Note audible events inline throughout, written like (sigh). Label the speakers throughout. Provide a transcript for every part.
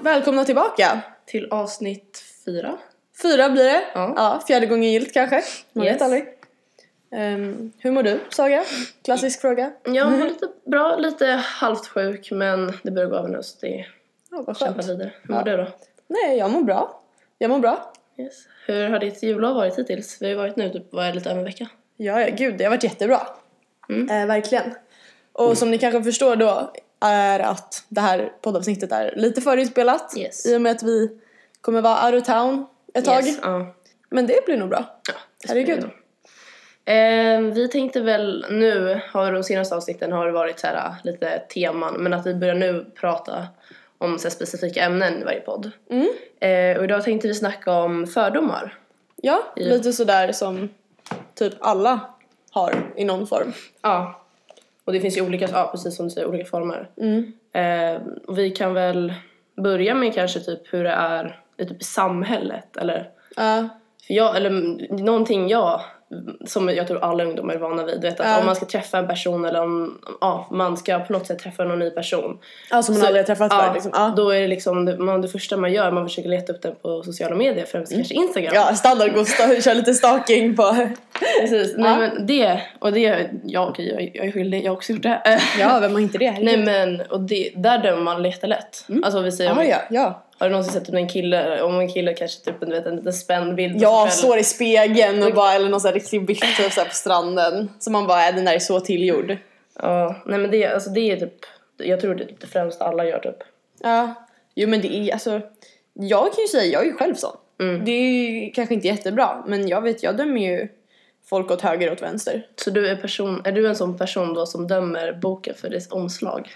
Speaker 1: välkomna tillbaka!
Speaker 2: Till avsnitt fyra.
Speaker 1: Fyra blir det.
Speaker 2: Ja.
Speaker 1: fjärde gången gillt kanske. Man
Speaker 2: Yes.
Speaker 1: vet aldrig. Ehm, hur mår du, Saga? Klassisk
Speaker 2: Mm.
Speaker 1: fråga.
Speaker 2: Jag mår lite bra, lite halvt sjuk men det börjar gå över nu så det
Speaker 1: Ja, vad
Speaker 2: kämpar
Speaker 1: skönt.
Speaker 2: vidare. Hur mår
Speaker 1: Ja.
Speaker 2: du då?
Speaker 1: Nej, jag mår bra. Jag mår bra.
Speaker 2: Yes. Hur har ditt jullov varit hittills? Vi har ju varit nu typ, vad är det, lite över en vecka?
Speaker 1: Ja, ja gud, det har varit jättebra.
Speaker 2: Mm.
Speaker 1: Eh, verkligen. Och som ni kanske förstår då är att det här poddavsnittet är lite förinspelat.
Speaker 2: Yes.
Speaker 1: I och med att vi kommer vara out of town ett tag.
Speaker 2: Yes, ja.
Speaker 1: Men det blir nog bra.
Speaker 2: ja det
Speaker 1: Herregud.
Speaker 2: spelar ingen roll. Eh, vi tänkte väl nu, har de senaste avsnitten har det varit så här, äh, lite teman men att vi börjar nu prata om så här, specifika ämnen i varje podd.
Speaker 1: Mm.
Speaker 2: Eh, och idag tänkte vi snacka om fördomar.
Speaker 1: Ja,
Speaker 2: Ja.
Speaker 1: lite sådär som typ alla har i någon form.
Speaker 2: Ja. Och det finns ju olika, ja precis som du säger, olika former.
Speaker 1: Mm.
Speaker 2: Eh, och vi kan väl börja med kanske typ hur det är i typ i samhället eller,
Speaker 1: Ja,
Speaker 2: för jag, eller mm, någonting jag som jag tror alla ungdomar är vana vid, du vet att
Speaker 1: Ja.
Speaker 2: om man ska träffa en person eller om ja, man ska på något sätt träffa någon ny person
Speaker 1: ja som man
Speaker 2: Så-
Speaker 1: aldrig har träffat
Speaker 2: ja,
Speaker 1: förut. Liksom. Ja.
Speaker 2: då är det liksom det, man, det första man gör, man försöker leta upp den på sociala medier främst kanske Instagram.
Speaker 1: Mm. ja, standard Gustav, kör lite stalking på...
Speaker 2: Precis.
Speaker 1: Ja.
Speaker 2: Nej men det, och det, ja okej jag, jag är skyldig, jag har också gjort det. Eh,
Speaker 1: Ja, vem har inte det?
Speaker 2: (laughs) Nej men, och det, där dömer man jättelätt. Alltså vi säger om
Speaker 1: Jaha, Mm. Ah, ja, ja.
Speaker 2: Har du någonsin sett typ en kille, om en kille kanske typ du vet, en liten spänd bild på
Speaker 1: Ja,
Speaker 2: sig själv?
Speaker 1: står i spegeln och bara, eller någon sån här riktig bild typ såhär på stranden. Så man bara, är den där är så tillgjord.
Speaker 2: Ja, nej men det, alltså det är typ, jag tror det är det främsta alla gör typ.
Speaker 1: Ja. Jo men det är alltså, jag kan ju säga, jag är ju själv sån.
Speaker 2: Mm.
Speaker 1: Det är ju kanske inte jättebra, men jag vet, jag dömer ju folk åt höger och åt vänster.
Speaker 2: Så du är, person, är du en sån person då som dömer boken för dess omslag?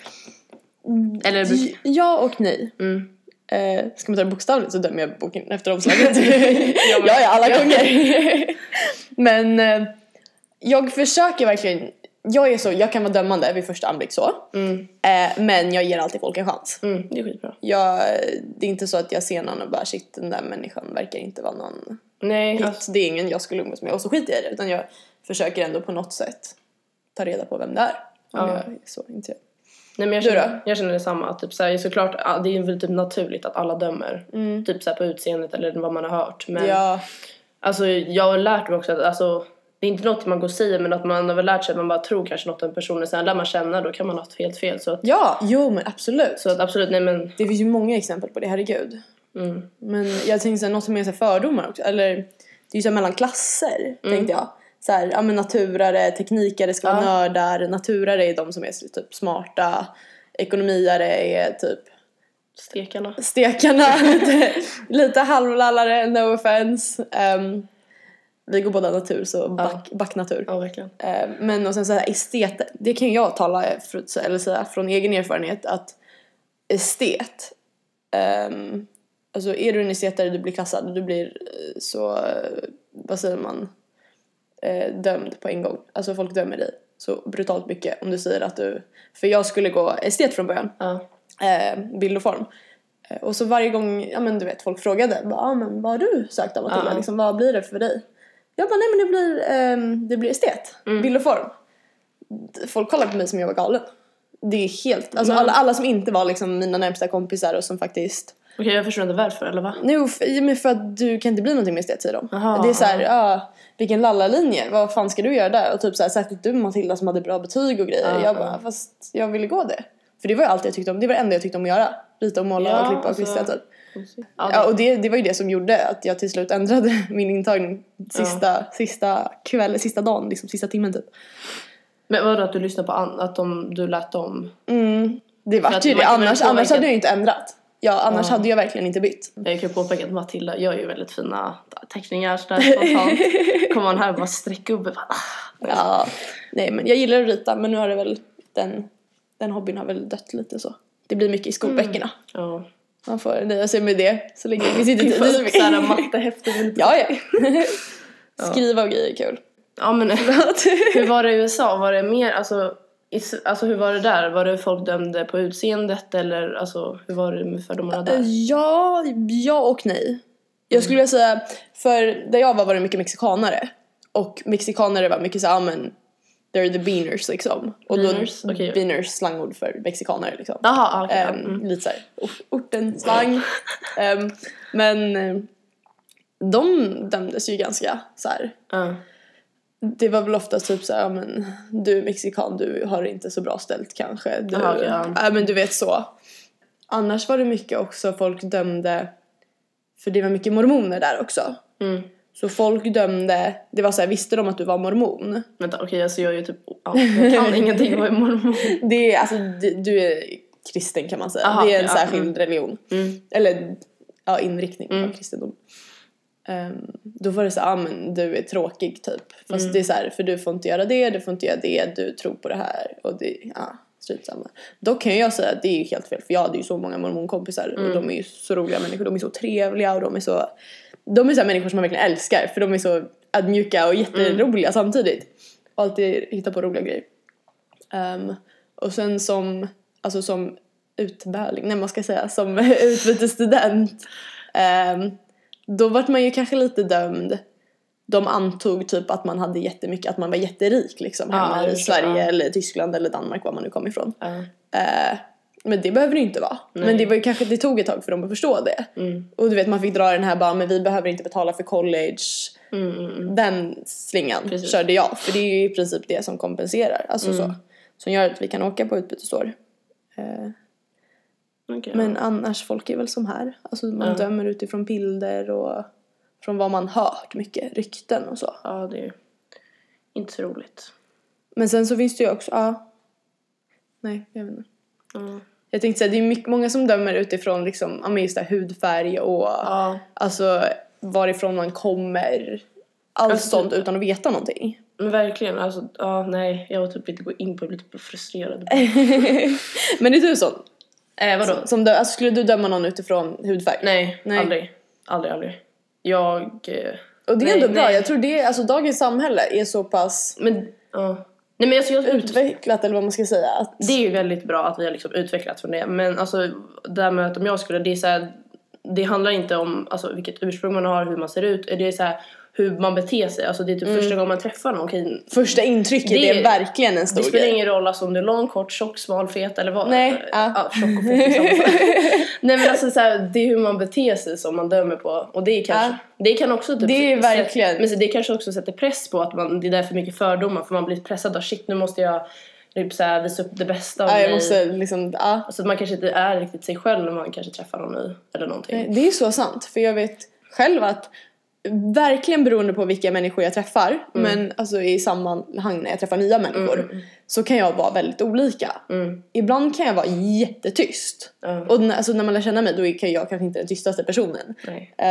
Speaker 1: Mm,
Speaker 2: Eller,
Speaker 1: J- Ja och nej.
Speaker 2: mm.
Speaker 1: Eh, ska man ta det bokstavligt så dömer jag boken efter omslaget. (laughs)
Speaker 2: Ja, men-
Speaker 1: ja, ja, alla
Speaker 2: ja.
Speaker 1: gånger. (laughs) men eh, jag försöker verkligen, jag är så, jag kan vara dömande vid första anblick så.
Speaker 2: Mm.
Speaker 1: Eh, men jag ger alltid folk en chans.
Speaker 2: Mm. det är skitbra.
Speaker 1: Jag, det är inte så att jag ser någon och bara shit den där människan verkar inte vara någon
Speaker 2: Nej,
Speaker 1: hit.
Speaker 2: alltså,
Speaker 1: Det är ingen jag skulle umgås med och så skiter jag i det. Utan jag försöker ändå på något sätt ta reda på vem det är. Om
Speaker 2: Ja.
Speaker 1: jag är så intresserad.
Speaker 2: nej men jag
Speaker 1: Du då?
Speaker 2: känner, jag känner detsamma. Typ så här, såklart, ja, det är väl typ naturligt att alla dömer.
Speaker 1: Mm.
Speaker 2: Typ så här på utseendet eller vad man har hört. Men
Speaker 1: Ja,
Speaker 2: Alltså jag har lärt mig också att alltså, det är inte något man går och säger men att man har väl lärt sig att man bara tror kanske något om personen. Sen lär man känna då kan man ha haft helt fel. Så att,
Speaker 1: ja, jo men absolut.
Speaker 2: så att absolut, nej men.
Speaker 1: Det finns ju många exempel på det, herregud.
Speaker 2: Mm,
Speaker 1: Men jag tänkte såhär, något som är så här fördomar också, eller det är ju såhär mellan klasser tänkte jag. Såhär, ja men naturare, teknikare ska vara
Speaker 2: Ja.
Speaker 1: nördar, naturare är de som är så typ smarta, ekonomiare är typ
Speaker 2: stekarna.
Speaker 1: stekarna, (laughs) lite, lite halvlallare, no offense. Ehm, vi går båda natur så back, backnatur.
Speaker 2: Ja verkligen.
Speaker 1: Ehm, men och sen såhär estet, det kan ju jag tala för, eller säga från egen erfarenhet att estet. ehm, alltså är du en estetare du blir klassad, du blir eh, så, eh, vad säger man, eh, dömd på en gång. Alltså folk dömer dig så brutalt mycket om du säger att du, för jag skulle gå estet från början,
Speaker 2: Ja.
Speaker 1: eh, bild och form. Eh, och så varje gång, ja men du vet, folk frågade bara, ah, men vad har du sökt av Matilda?
Speaker 2: Ja.
Speaker 1: Liksom, vad blir det för dig? Jag bara, nej men det blir, ehm, det blir estet, bild och form. D- Folk kollade på mig som jag var galen. Det är helt, alltså
Speaker 2: Mm.
Speaker 1: alla, alla som inte var liksom mina närmsta kompisar och som faktiskt
Speaker 2: Okej jag förstår inte varför eller va?
Speaker 1: nu, men för att du kan inte bli någonting med estet säger de.
Speaker 2: Aha,
Speaker 1: det är såhär, ja, vilken lallarlinje, vad fan ska du göra där? Och typ såhär, särskilt du Matilda som hade bra betyg och grejer.
Speaker 2: Ja,
Speaker 1: jag
Speaker 2: ja.
Speaker 1: bara, fast jag ville gå det. För det var ju allt jag tyckte om, det var det enda jag tyckte om att göra. Rita och måla
Speaker 2: Ja,
Speaker 1: och klippa och
Speaker 2: alltså,
Speaker 1: klistra typ.
Speaker 2: Ja,
Speaker 1: Ja, och det, det var ju det som gjorde att jag till slut ändrade (laughs) min intagning sista, sista kväll, sista dagen, liksom sista timmen typ.
Speaker 2: Men vadå att du lyssnar på an, att de, du lät dem?
Speaker 1: Mm, det
Speaker 2: För
Speaker 1: vart
Speaker 2: att
Speaker 1: ju
Speaker 2: man
Speaker 1: det,
Speaker 2: kan väl
Speaker 1: annars,
Speaker 2: påverka-
Speaker 1: annars hade jag ju inte ändrat. Ja, annars
Speaker 2: Ja.
Speaker 1: hade jag verkligen inte bytt.
Speaker 2: Jag kan ju påpeka att Matilda gör ju väldigt fina teckningar sådär spontant. Kommer man här och bara streckgubbe bara ah.
Speaker 1: Ja, nej men jag gillar att rita men nu har det väl den, den hobbyn har väl dött lite så. Det blir mycket i
Speaker 2: Mm.
Speaker 1: skolböckerna.
Speaker 2: Ja.
Speaker 1: Man får nöja sig med det så länge det finns
Speaker 2: (laughs)
Speaker 1: inte tid.
Speaker 2: Få upp såhär
Speaker 1: Ja, (laughs)
Speaker 2: mattehäften. (laughs)
Speaker 1: ja. Skriva och grejer är kul.
Speaker 2: Ja men hur var det i USA? Var det mer, alltså, i, S- alltså hur var det där? Var det folk dömde på utseendet eller alltså hur var det Mm. med fördomarna
Speaker 1: Eh,
Speaker 2: där?
Speaker 1: Ja, ja och nej. Jag skulle vilja säga, för där jag var var det mycket mexikanare. Och mexikanare var mycket såhär, ja men They're the beaners liksom. Och
Speaker 2: Beaners,
Speaker 1: då,
Speaker 2: okej.
Speaker 1: beaners slangord för mexikaner liksom.
Speaker 2: Jaha, okej.
Speaker 1: Ehm,
Speaker 2: ja. mm.
Speaker 1: Lite såhär orten slang. Ehm, men eh, de dömdes ju ganska så här.
Speaker 2: Ja.
Speaker 1: Det var väl ofta typ såhär, ja men du är mexikan, du har det inte så bra ställt kanske. Du,
Speaker 2: Jaha, okej, ja.
Speaker 1: ja, men du vet så. Annars var det mycket också folk dömde, för det var mycket mormoner där också.
Speaker 2: Mm.
Speaker 1: Så folk dömde, det var såhär, visste de att du var mormon?
Speaker 2: Vänta, okej alltså jag är ju typ, ja, jag
Speaker 1: (laughs)
Speaker 2: kan ingenting om mormon.
Speaker 1: Det är alltså, du, du är kristen kan man säga.
Speaker 2: Aha,
Speaker 1: det är en
Speaker 2: ja,
Speaker 1: särskild religion.
Speaker 2: Mm.
Speaker 1: Eller ja, inriktning
Speaker 2: Mm.
Speaker 1: av kristendom. Ehm, då var det så ah, men du är tråkig typ. Fast det är så här, för du får inte göra det, du får inte göra det, du tror på det här och det, ja, strunt samma. Då kan jag säga att det är ju helt fel för jag hade ju så många mormonkompisar och de är ju så roliga människor, de är så trevliga och de är så, de är så här människor som man verkligen älskar för de är så ödmjuka och jätteroliga samtidigt. Och alltid hittar på roliga grejer. Ehm, och sen som, alltså som utbärling, nej man ska säga som (laughs) utbytesstudent. ehm, då vart man ju kanske lite dömd. De antog typ att man hade jättemycket, att man var jätterik liksom
Speaker 2: Ja,
Speaker 1: hemma
Speaker 2: jag
Speaker 1: i
Speaker 2: förstår,
Speaker 1: Sverige
Speaker 2: ja.
Speaker 1: eller Tyskland eller Danmark var man nu kom ifrån.
Speaker 2: Ja.
Speaker 1: Eh, men det behöver det ju inte vara. Men det var ju kanske, det tog ett tag för dem att förstå det.
Speaker 2: Mm.
Speaker 1: Och du vet man fick dra den här bara, men vi behöver inte betala för college.
Speaker 2: Mm, mm, mm.
Speaker 1: Den slingan
Speaker 2: Precis. Mm.
Speaker 1: körde jag. För det är ju i princip det som kompenserar. Alltså så. Som gör att vi kan åka på utbytesår. Eh,
Speaker 2: Okej, ja.
Speaker 1: men annars, folk är väl som här. Alltså man
Speaker 2: Ja.
Speaker 1: dömer utifrån bilder och från vad man hört mycket, rykten och så.
Speaker 2: Ja, Ah, det är ju inte så roligt.
Speaker 1: Men sen så finns det ju också, ja. Nej, jag vet inte.
Speaker 2: Ja.
Speaker 1: Jag tänkte säga, det är mycket, många som dömer utifrån liksom, ja, men just det, här hudfärg och
Speaker 2: Ja.
Speaker 1: alltså varifrån man kommer. Allt
Speaker 2: Alltså,
Speaker 1: sånt utan att veta någonting.
Speaker 2: Men verkligen, alltså, ja, nej, jag vill typ inte gå in på det, jag blir typ frustrerad.
Speaker 1: men är du sån? (laughs)
Speaker 2: Eh, vadå?
Speaker 1: Som dö- alltså, skulle du döma någon utifrån hudfärg?
Speaker 2: Nej,
Speaker 1: Nej.
Speaker 2: aldrig. Aldrig, aldrig. Jag... eh,
Speaker 1: Och det är
Speaker 2: Nej,
Speaker 1: ändå bra,
Speaker 2: nej.
Speaker 1: jag tror det, alltså dagens samhälle är så pass
Speaker 2: Men, ja. Nej men alltså, jag
Speaker 1: utvecklat eller vad man ska säga. Att,
Speaker 2: Det är ju väldigt bra att vi har liksom utvecklats från det. Men alltså, det här med att om jag skulle, det är så här, det handlar inte om alltså, vilket ursprung man har, hur man ser ut. Det är så här, hur man beter sig. Alltså, det är typ
Speaker 1: Mm.
Speaker 2: första gången man träffar någon. Okej,
Speaker 1: första intrycket
Speaker 2: Det-
Speaker 1: är verkligen en stor
Speaker 2: det spelar
Speaker 1: grej.
Speaker 2: ingen roll alltså, om du är lång, kort, tjock, smal, fet eller vad. äh,
Speaker 1: Nej, ja.
Speaker 2: ja. tjock och fet är samma
Speaker 1: (laughs)
Speaker 2: sak. Nej men alltså så här, det är hur man beter sig som man dömer på. Och det är kanske, det kan också typ
Speaker 1: Det är
Speaker 2: sätta-
Speaker 1: verkligen-
Speaker 2: Men så det kanske också sätter press på att man, det är därför mycket fördomar. För man blir pressad av shit nu måste jag typ så här, visa upp det bästa av
Speaker 1: Ja, jag
Speaker 2: mig.
Speaker 1: måste liksom, ja.
Speaker 2: Så att Alltså, man kanske inte är riktigt sig själv när man kanske träffar någon ny eller någonting.
Speaker 1: Det är ju så sant, för jag vet själv att verkligen beroende på vilka människor jag träffar,
Speaker 2: Mm.
Speaker 1: men alltså i sammanhang när jag träffar nya människor, så kan jag vara väldigt olika.
Speaker 2: Mm.
Speaker 1: Ibland kan jag vara jättetyst.
Speaker 2: Ja.
Speaker 1: Och när, alltså, när man lär känna mig då är jag kanske inte den tystaste personen.
Speaker 2: Nej.
Speaker 1: Eh,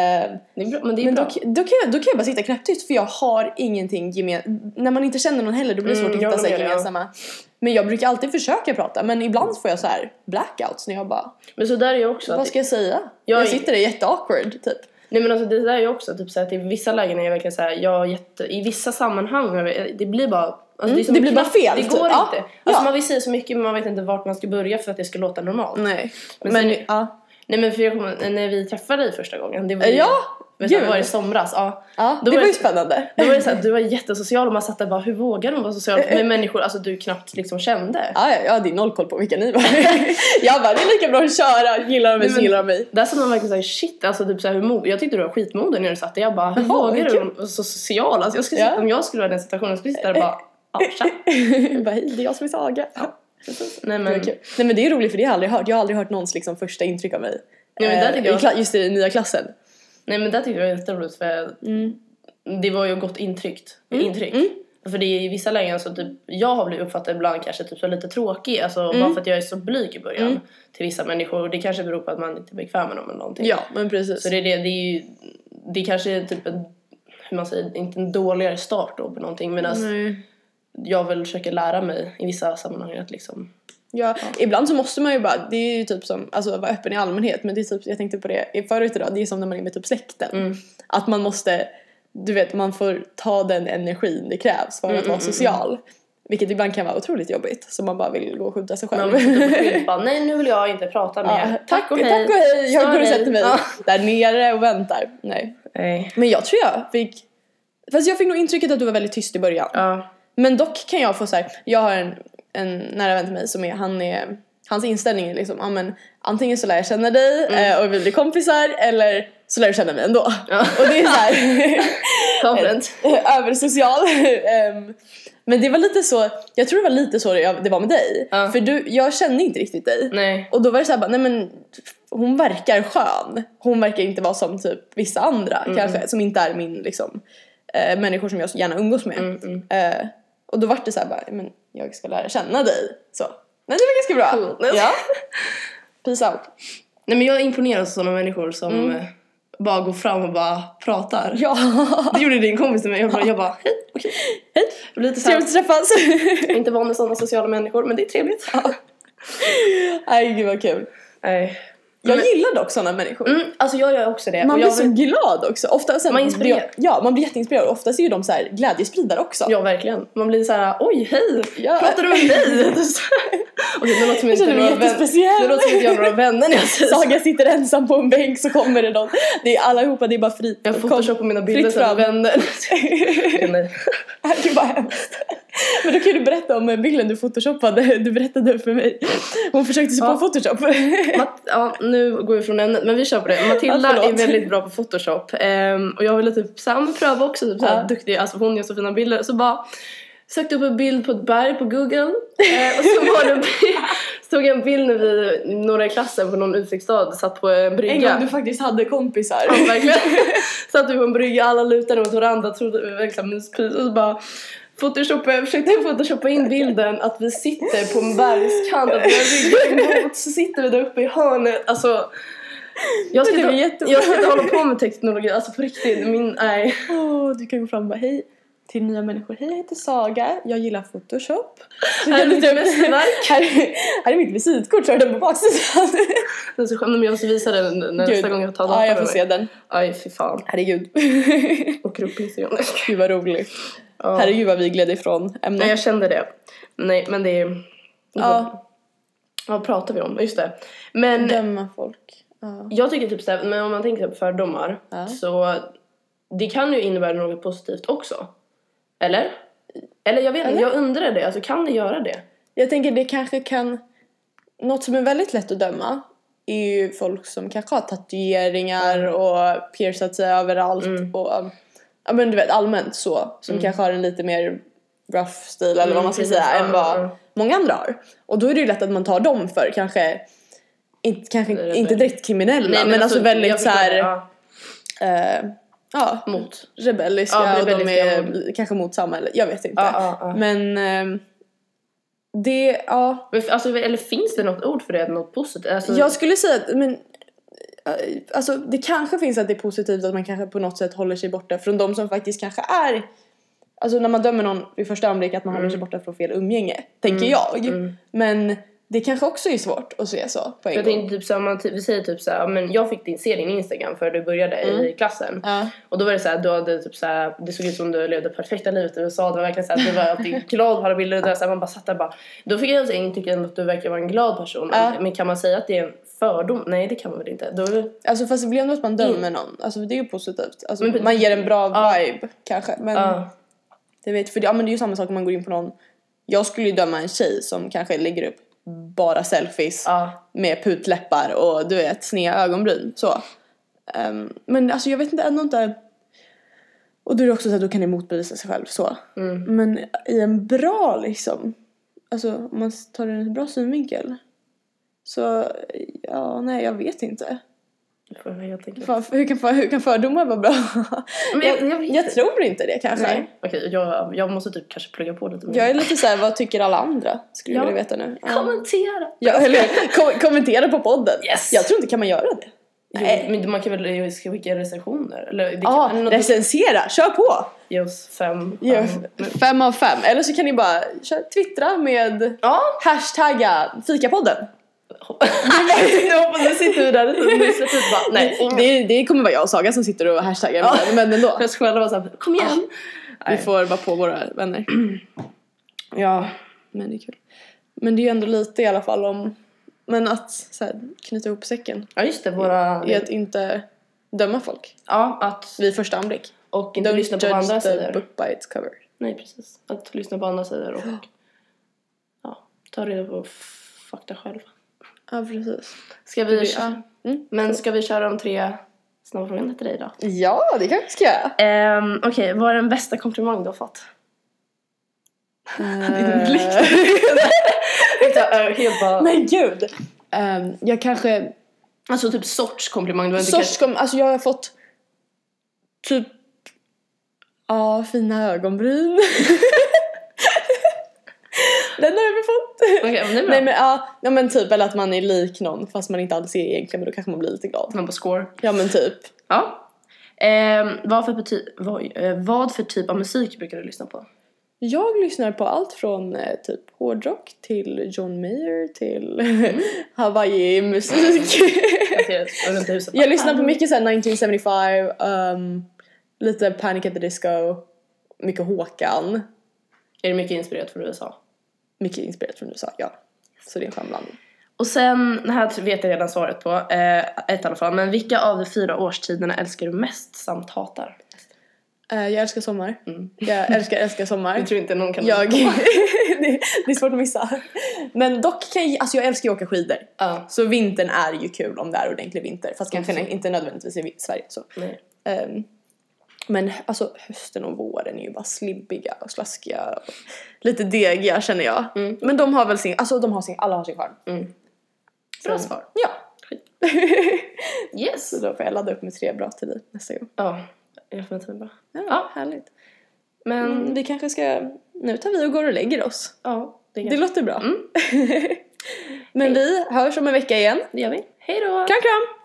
Speaker 2: Det är bra, men det är
Speaker 1: men då,
Speaker 2: bra.
Speaker 1: då, kan jag, då kan jag bara sitta knäpptyst för jag har ingenting gemensamt. När man inte känner någon heller då blir det
Speaker 2: Mm,
Speaker 1: svårt
Speaker 2: jag
Speaker 1: att hitta sig
Speaker 2: håller med dig, ja.
Speaker 1: gemensamma. Men jag brukar alltid försöka prata men ibland får jag så här blackouts när jag bara,
Speaker 2: Men så där är ju också
Speaker 1: vad
Speaker 2: att...
Speaker 1: ska jag säga?
Speaker 2: Jag
Speaker 1: Jag,
Speaker 2: är-
Speaker 1: sitter där jätteawkward typ.
Speaker 2: Nej men alltså det där är ju också typ så här, att i vissa lägen är jag verkligen såhär, jag är jätte... I vissa sammanhang, har jag- det blir bara... Alltså
Speaker 1: Mm,
Speaker 2: är som
Speaker 1: det
Speaker 2: en
Speaker 1: blir bara
Speaker 2: knapp,
Speaker 1: fel,
Speaker 2: Det
Speaker 1: typ.
Speaker 2: går
Speaker 1: Ja,
Speaker 2: inte.
Speaker 1: ja.
Speaker 2: Alltså man vill säga så mycket men man vet inte vart man ska börja för att det ska låta normalt.
Speaker 1: Nej. Men,
Speaker 2: Men sen-
Speaker 1: ja.
Speaker 2: Nej men för jag kommer, när vi träffade dig första gången, det var ju-
Speaker 1: Ja,
Speaker 2: vet du, det
Speaker 1: gud.
Speaker 2: var i somras. Ja.
Speaker 1: ja det
Speaker 2: Då var
Speaker 1: var ju
Speaker 2: jag-
Speaker 1: spännande.
Speaker 2: Då var det såhär, du var jättesocial och man satt där bara, hur vågar de vara social med människor alltså du knappt liksom kände?
Speaker 1: (laughs) Ja, ja, jag hade ju noll koll på vilka ni var. (laughs) jag bara, det är lika bra att köra, gillar de mig så
Speaker 2: men-
Speaker 1: gillar de mig. (laughs)
Speaker 2: Där sa man verkligen såhär shit, alltså typ såhär hur mod- Jag tyckte du var skitmodig när du satt där. Jag bara, hur
Speaker 1: Jaha,
Speaker 2: vågar
Speaker 1: vad
Speaker 2: du vara så social? Alltså jag skulle,
Speaker 1: Ja.
Speaker 2: Om jag skulle vara i den situationen skulle jag sitta där och bara,
Speaker 1: (laughs)
Speaker 2: ja tja.
Speaker 1: Jag bara, hej det är jag som är Saga.
Speaker 2: Nej
Speaker 1: (laughs) Det var
Speaker 2: men,
Speaker 1: kul. Nej men det är roligt för det har jag aldrig hört. Jag har aldrig hört någons liksom, första intryck av mig.
Speaker 2: Nej, men där
Speaker 1: Eh,
Speaker 2: tycker
Speaker 1: i
Speaker 2: jag-
Speaker 1: kla- just i den nya klassen.
Speaker 2: nej men det tyckte jag var jätteroligt för det var ju gott intryckt.
Speaker 1: Mm,
Speaker 2: intryck. För det är i vissa lägen så typ, jag har blivit uppfattad ibland kanske typ så lite tråkig. Alltså
Speaker 1: Mm.
Speaker 2: bara för att jag är så blyg i början till vissa människor. Och det kanske beror på att man inte är bekväm med dem eller någonting.
Speaker 1: Ja, men precis.
Speaker 2: Så det är det, det är ju, det kanske är typ en, hur man säger, inte en dåligare start då på någonting. Medan
Speaker 1: Nej.
Speaker 2: jag väl försöker lära mig i vissa sammanhang att liksom...
Speaker 1: Ja, ibland så måste man ju bara, det är ju typ som, alltså att vara öppen i allmänhet men det är typ, jag tänkte på det i- förut idag, det är som när man är med typ släkten. Att man måste, du vet man får ta den energin det krävs för att vara social. Vilket ibland kan vara otroligt jobbigt så man bara vill gå och skjuta sig
Speaker 2: Man
Speaker 1: själv.
Speaker 2: måste
Speaker 1: (laughs)
Speaker 2: typ skylta bara, nej nu vill jag inte prata
Speaker 1: Ja,
Speaker 2: mer. tack och hej.
Speaker 1: Tack och hej,
Speaker 2: Stör
Speaker 1: jag går och
Speaker 2: dig.
Speaker 1: sätter mig
Speaker 2: Ja.
Speaker 1: där nere och väntar. Nej.
Speaker 2: Nej.
Speaker 1: Men jag tror jag fick, fast jag fick nog intrycket att du var väldigt tyst i början.
Speaker 2: Ja.
Speaker 1: Men dock kan jag få så här, jag har en, en nära vän till mig som är, han är, hans inställning är liksom, ja men antingen så lär jag känna dig
Speaker 2: Mm.
Speaker 1: eh, och vi blir kompisar eller så lär du känna mig ändå. (laughs) Och det är så
Speaker 2: (laughs)
Speaker 1: här,
Speaker 2: Confident.
Speaker 1: (laughs) översocial. (laughs) Ehm, men det var lite så, jag tror det var lite så det jag- det var med dig.
Speaker 2: Ja.
Speaker 1: För du, jag kände inte riktigt dig.
Speaker 2: Nej.
Speaker 1: Och då var det såhär bara, nej men hon verkar skön. Hon verkar inte vara som typ vissa andra
Speaker 2: Mm.
Speaker 1: kanske som inte är min liksom eh, människor som jag så gärna umgås med.
Speaker 2: Mm, mm.
Speaker 1: Eh, och då vart det såhär bara, men jag ska lära känna dig. Så. Men det var ganska bra.
Speaker 2: Cool.
Speaker 1: Ja. (laughs) Peace out.
Speaker 2: Nej men jag imponeras av sådana människor som
Speaker 1: Mm.
Speaker 2: eh, bara går fram och bara pratar.
Speaker 1: Ja.
Speaker 2: Det gjorde din kompis till mig. Jag bara, jag bara hej, okej.
Speaker 1: (laughs) Hej.
Speaker 2: Jag blir lite såhär,
Speaker 1: Trevligt att träffas.
Speaker 2: jag är inte van med sådana sociala människor men det är trevligt.
Speaker 1: (laughs) Nej gud vad kul.
Speaker 2: Nej.
Speaker 1: Jag
Speaker 2: Men-
Speaker 1: gillar dock sådana människor.
Speaker 2: Mm, alltså jag gör också det.
Speaker 1: Man
Speaker 2: och
Speaker 1: blir
Speaker 2: jag
Speaker 1: så glad också. Ofta, sen,
Speaker 2: Man inspirerar.
Speaker 1: Ja, man blir jätteinspirerad. Oftast är ju de så här glädjespridare också.
Speaker 2: Ja, verkligen. Man blir så här: oj, hej!
Speaker 1: Ja.
Speaker 2: Pratar
Speaker 1: (laughs)
Speaker 2: du med mig? Okej, nu låter som
Speaker 1: Jag
Speaker 2: inte
Speaker 1: känner mig
Speaker 2: några vänner.
Speaker 1: jättespeciell.
Speaker 2: Nu låter som
Speaker 1: (laughs)
Speaker 2: inte jag har några vänner när jag säger så.
Speaker 1: Saga sitter ensam på en bänk så kommer det någon. Det är allihopa, det är bara fri.
Speaker 2: Jag photoshopar på mina bilder
Speaker 1: fritt
Speaker 2: så här,
Speaker 1: fram.
Speaker 2: vänner.
Speaker 1: (laughs)
Speaker 2: Okej, nej.
Speaker 1: Det är bara hemskt. Men då kan du berätta om bilden du photoshoppade. Du berättade för mig. Hon försökte sig
Speaker 2: Ja.
Speaker 1: på photoshop.
Speaker 2: Matt, ja, nu går vi från ämnet, men vi kör på det. Matilda
Speaker 1: Ja, förlåt.
Speaker 2: är väldigt bra på Photoshop ehm, och jag ville typ så här, men pröva också. Typ, så här,
Speaker 1: Ja.
Speaker 2: duktig, alltså, hon gör så fina bilder. Så bara sökte upp en bild på ett berg på Google eh, och så var det (laughs) en bild- stod en bild när vi, några i klassen på någon utsiktsstad, satt på en brygga.
Speaker 1: En gång du faktiskt hade kompisar.
Speaker 2: Ja, verkligen. (laughs) Satt vi på en brygga, alla lutade mot varandra, trodde vi var liksom myspys och så bara Photoshoppa, jag försökte photoshoppa in bilden att vi sitter på en bergskant, att vi har ryggen emot, så sitter vi där uppe i hörnet. Alltså, jag ska,
Speaker 1: Men det var
Speaker 2: inte,
Speaker 1: jättebra.
Speaker 2: jag ska inte hålla på med teknologi, alltså på riktigt. Min, nej.
Speaker 1: Åh, du kan gå fram och bara hej till nya människor. Hej, jag heter Saga. Jag gillar photoshop. Så
Speaker 2: Här är
Speaker 1: kan du
Speaker 2: Äh,
Speaker 1: typ-
Speaker 2: mitt mästerverk.
Speaker 1: Här, är- här är mitt visitkort. Har du den på baksidan?
Speaker 2: Det är så skönt, men jag måste visa den när- nästa
Speaker 1: Gud.
Speaker 2: gång jag tar datorn
Speaker 1: Ja, jag får
Speaker 2: med
Speaker 1: se
Speaker 2: mig.
Speaker 1: den.
Speaker 2: Aj, fy fan.
Speaker 1: Herregud.
Speaker 2: Och gruppinser.
Speaker 1: Gud vad roligt.
Speaker 2: Ja.
Speaker 1: Herregud vad vi gled ifrån ämnet.
Speaker 2: Nej, jag kände det. Nej, men det är...
Speaker 1: Ja.
Speaker 2: Vad pratar vi om? Just det. Men
Speaker 1: Döma folk. Ja.
Speaker 2: Jag tycker typ såhär, men om man tänker på fördomar
Speaker 1: Ja.
Speaker 2: så det kan ju innebära något positivt också. Eller? Eller jag vet inte, jag undrar det. Alltså kan det göra det?
Speaker 1: Jag tänker det kanske kan... Något som är väldigt lätt att döma är ju folk som kanske har tatueringar och piercat sig överallt
Speaker 2: Mm.
Speaker 1: och um, ja men du vet allmänt så som kanske har en lite mer rough stil eller vad man ska
Speaker 2: Mm, precis.
Speaker 1: säga
Speaker 2: Ja,
Speaker 1: än vad
Speaker 2: ja, ja.
Speaker 1: många andra har. Och då är det ju lätt att man tar dem för kanske inte,
Speaker 2: Det
Speaker 1: kanske
Speaker 2: är
Speaker 1: inte
Speaker 2: rebell.
Speaker 1: direkt kriminella men alltså,
Speaker 2: jag
Speaker 1: väldigt så
Speaker 2: förstår
Speaker 1: här
Speaker 2: det, ja.
Speaker 1: eh, ja
Speaker 2: mot.
Speaker 1: rebelliska,
Speaker 2: Ja, rebelliska
Speaker 1: och de är kanske mot samhället. Jag vet inte.
Speaker 2: Ja, ja, ja.
Speaker 1: Men ehm, det, ja.
Speaker 2: Men, f- alltså, eller finns det något ord för det? Något positivt? Alltså,
Speaker 1: Jag skulle säga att, men eh, Alltså det kanske finns att det är positivt att man kanske på något sätt håller sig borta från de som faktiskt kanske är Alltså när man dömer någon vid första anblick att man håller sig borta från fel umgänge, tänker jag. Men det kanske också är svårt att se så på en
Speaker 2: jag
Speaker 1: gång.
Speaker 2: tänkte typ så här, man, ty- vi säger typ så här, ja, men jag fick din, se din Instagram för du började i klassen.
Speaker 1: Mm. Ja.
Speaker 2: Och då var det så här, du hade typ så här, det såg ut som du levde perfekta livet i USA. Det var verkligen så här, du var alltid glad på alla bilder. Och det var så här, man bara satt där bara. Då fick jag alltså intrycket att du verkar vara en glad person.
Speaker 1: Ja.
Speaker 2: Men kan man säga att det är en fördom? Nej, det kan man väl inte. Då,
Speaker 1: Alltså fast det blir ändå att man dömer någon. Alltså det är ju positivt. Alltså,
Speaker 2: Men-
Speaker 1: man ger en bra vibe kanske. Men
Speaker 2: ja.
Speaker 1: Det vet, för det, ja, men det är ju samma sak om man går in på någon. Jag skulle ju döma en tjej som kanske lägger upp bara selfies
Speaker 2: Ja.
Speaker 1: med putläppar och du vet sneda ögonbryn. Så. Ehm, men alltså jag vet inte, ändå inte. Och då är det också så att då kan det motbevisa sig själv så.
Speaker 2: Mm.
Speaker 1: Men i en bra liksom, alltså om man tar det ur en bra synvinkel. Så ja, nej jag vet inte.
Speaker 2: Det får jag helt enkelt.
Speaker 1: Fan, hur, kan, för- hur kan fördomar vara bra?
Speaker 2: (laughs) Men jag- jag vet inte.
Speaker 1: tror inte det kanske.
Speaker 2: Nej. Okej, jag, jag måste typ kanske plugga på lite mer.
Speaker 1: Jag är lite såhär, vad tycker alla andra? Skulle
Speaker 2: Ja.
Speaker 1: jag vilja veta nu. Ja.
Speaker 2: Kommentera!
Speaker 1: Ja, eller kom, kommentera på podden.
Speaker 2: Yes.
Speaker 1: Jag tror inte kan man göra det.
Speaker 2: Jo, men man kan väl eh, skicka recensioner? Eller det kan,
Speaker 1: Ja,
Speaker 2: eller något-
Speaker 1: recensera, kör på!
Speaker 2: ge oss fem.
Speaker 1: Ge
Speaker 2: Ja. (laughs)
Speaker 1: Fem av fem. Eller så kan ni bara köra, twittra med
Speaker 2: Ja.
Speaker 1: hashtagga fikapodden.
Speaker 2: jag hoppas nu sitter vi där och mysigt ut bara. Nej.
Speaker 1: Det, det kommer vara jag och Saga som sitter och hashtaggar
Speaker 2: Ja.
Speaker 1: men ändå.
Speaker 2: Jag skulle vara såhär, kom igen!
Speaker 1: Vi får vara på våra vänner.
Speaker 2: Ja.
Speaker 1: Men det är kul. Men det är ju ändå lite i alla fall om... Men att så här, knyta ihop säcken
Speaker 2: Ja just det, våra...
Speaker 1: är att inte döma folk
Speaker 2: Ja, att...
Speaker 1: vid första anblick.
Speaker 2: Och inte lyssna på vad
Speaker 1: judge
Speaker 2: andra
Speaker 1: the
Speaker 2: säger.
Speaker 1: book by its cover.
Speaker 2: Nej, precis. Att lyssna på andra sidor och ja, ta reda på f- fakta själv.
Speaker 1: Ja, precis.
Speaker 2: Ska
Speaker 1: Det
Speaker 2: vi,
Speaker 1: blir-
Speaker 2: kö-
Speaker 1: Mm.
Speaker 2: men ska vi köra de tre snabba frågorna till dig då?
Speaker 1: Ja, det kanske vi ska göra.
Speaker 2: Um, Okej, vad är den bästa komplimang du har fått? (laughs)
Speaker 1: Eh,
Speaker 2: eh, Helt bara...
Speaker 1: Men gud! Ehm, jag kanske...
Speaker 2: Alltså typ sorts komplimang. Du har inte
Speaker 1: Sorts kom, alltså jag har fått typ... Ja, fina ögonbryn. (laughs) Den har jag väl fått.
Speaker 2: Okej, men det är bra.
Speaker 1: Nej men ja, ja men typ eller att man är lik någon fast man inte alls är egentligen men då kanske man blir lite glad.
Speaker 2: Man bara score.
Speaker 1: Ja men typ.
Speaker 2: Ja. Ehm, vad, för bety- vad, eh, vad för typ av musik brukar du lyssna på?
Speaker 1: Jag lyssnar på allt från eh, typ hårdrock till John Mayer till (laughs) Hawaii-musik. (laughs)
Speaker 2: Jag ser det runt i huset.
Speaker 1: jag lyssnar på mycket såhär 1975, ehm, lite Panic at the Disco, mycket Håkan.
Speaker 2: Är det mycket inspirerat från USA?
Speaker 1: Mycket inspirerat från USA, ja. Så det är en skön blandning.
Speaker 2: Och sen, det här vet jag redan svaret på, eh, ett i alla fall, men vilka av de fyra årstiderna älskar du mest samt hatar?
Speaker 1: Eh, jag älskar sommar.
Speaker 2: Mm.
Speaker 1: (laughs) Jag älskar, älskar sommar.
Speaker 2: Jag tror inte någon kan
Speaker 1: Jag, (laughs) det, det är svårt att missa. Men dock kan jag, alltså jag älskar ju att åka skidor.
Speaker 2: Ja.
Speaker 1: Så vintern är ju kul om det är ordentlig vinter. Fast kanske
Speaker 2: Absolut.
Speaker 1: inte nödvändigtvis i vi- Sverige. Så.
Speaker 2: Nej.
Speaker 1: Ehm, men alltså hösten och våren är ju bara slibbiga och slaskiga. Och lite degiga känner jag.
Speaker 2: Mm.
Speaker 1: Men de har väl sin, alltså de har sin, alla har sin charm.
Speaker 2: Mm.
Speaker 1: Bra
Speaker 2: Så-
Speaker 1: svar. Ja.
Speaker 2: Skit.
Speaker 1: (laughs)
Speaker 2: Yes!
Speaker 1: Så då får jag ladda upp med tre bra till dig nästa gång.
Speaker 2: Ja, jag får vänta mig bra.
Speaker 1: Ja,
Speaker 2: Ja.
Speaker 1: härligt.
Speaker 2: Men,
Speaker 1: Mm, vi kanske ska, nu tar vi och går och lägger oss.
Speaker 2: ja, det,
Speaker 1: Det
Speaker 2: kanske-
Speaker 1: låter bra.
Speaker 2: Mm.
Speaker 1: (laughs) men vi hörs om en vecka igen.
Speaker 2: det gör vi. Hej då!
Speaker 1: Kram kram!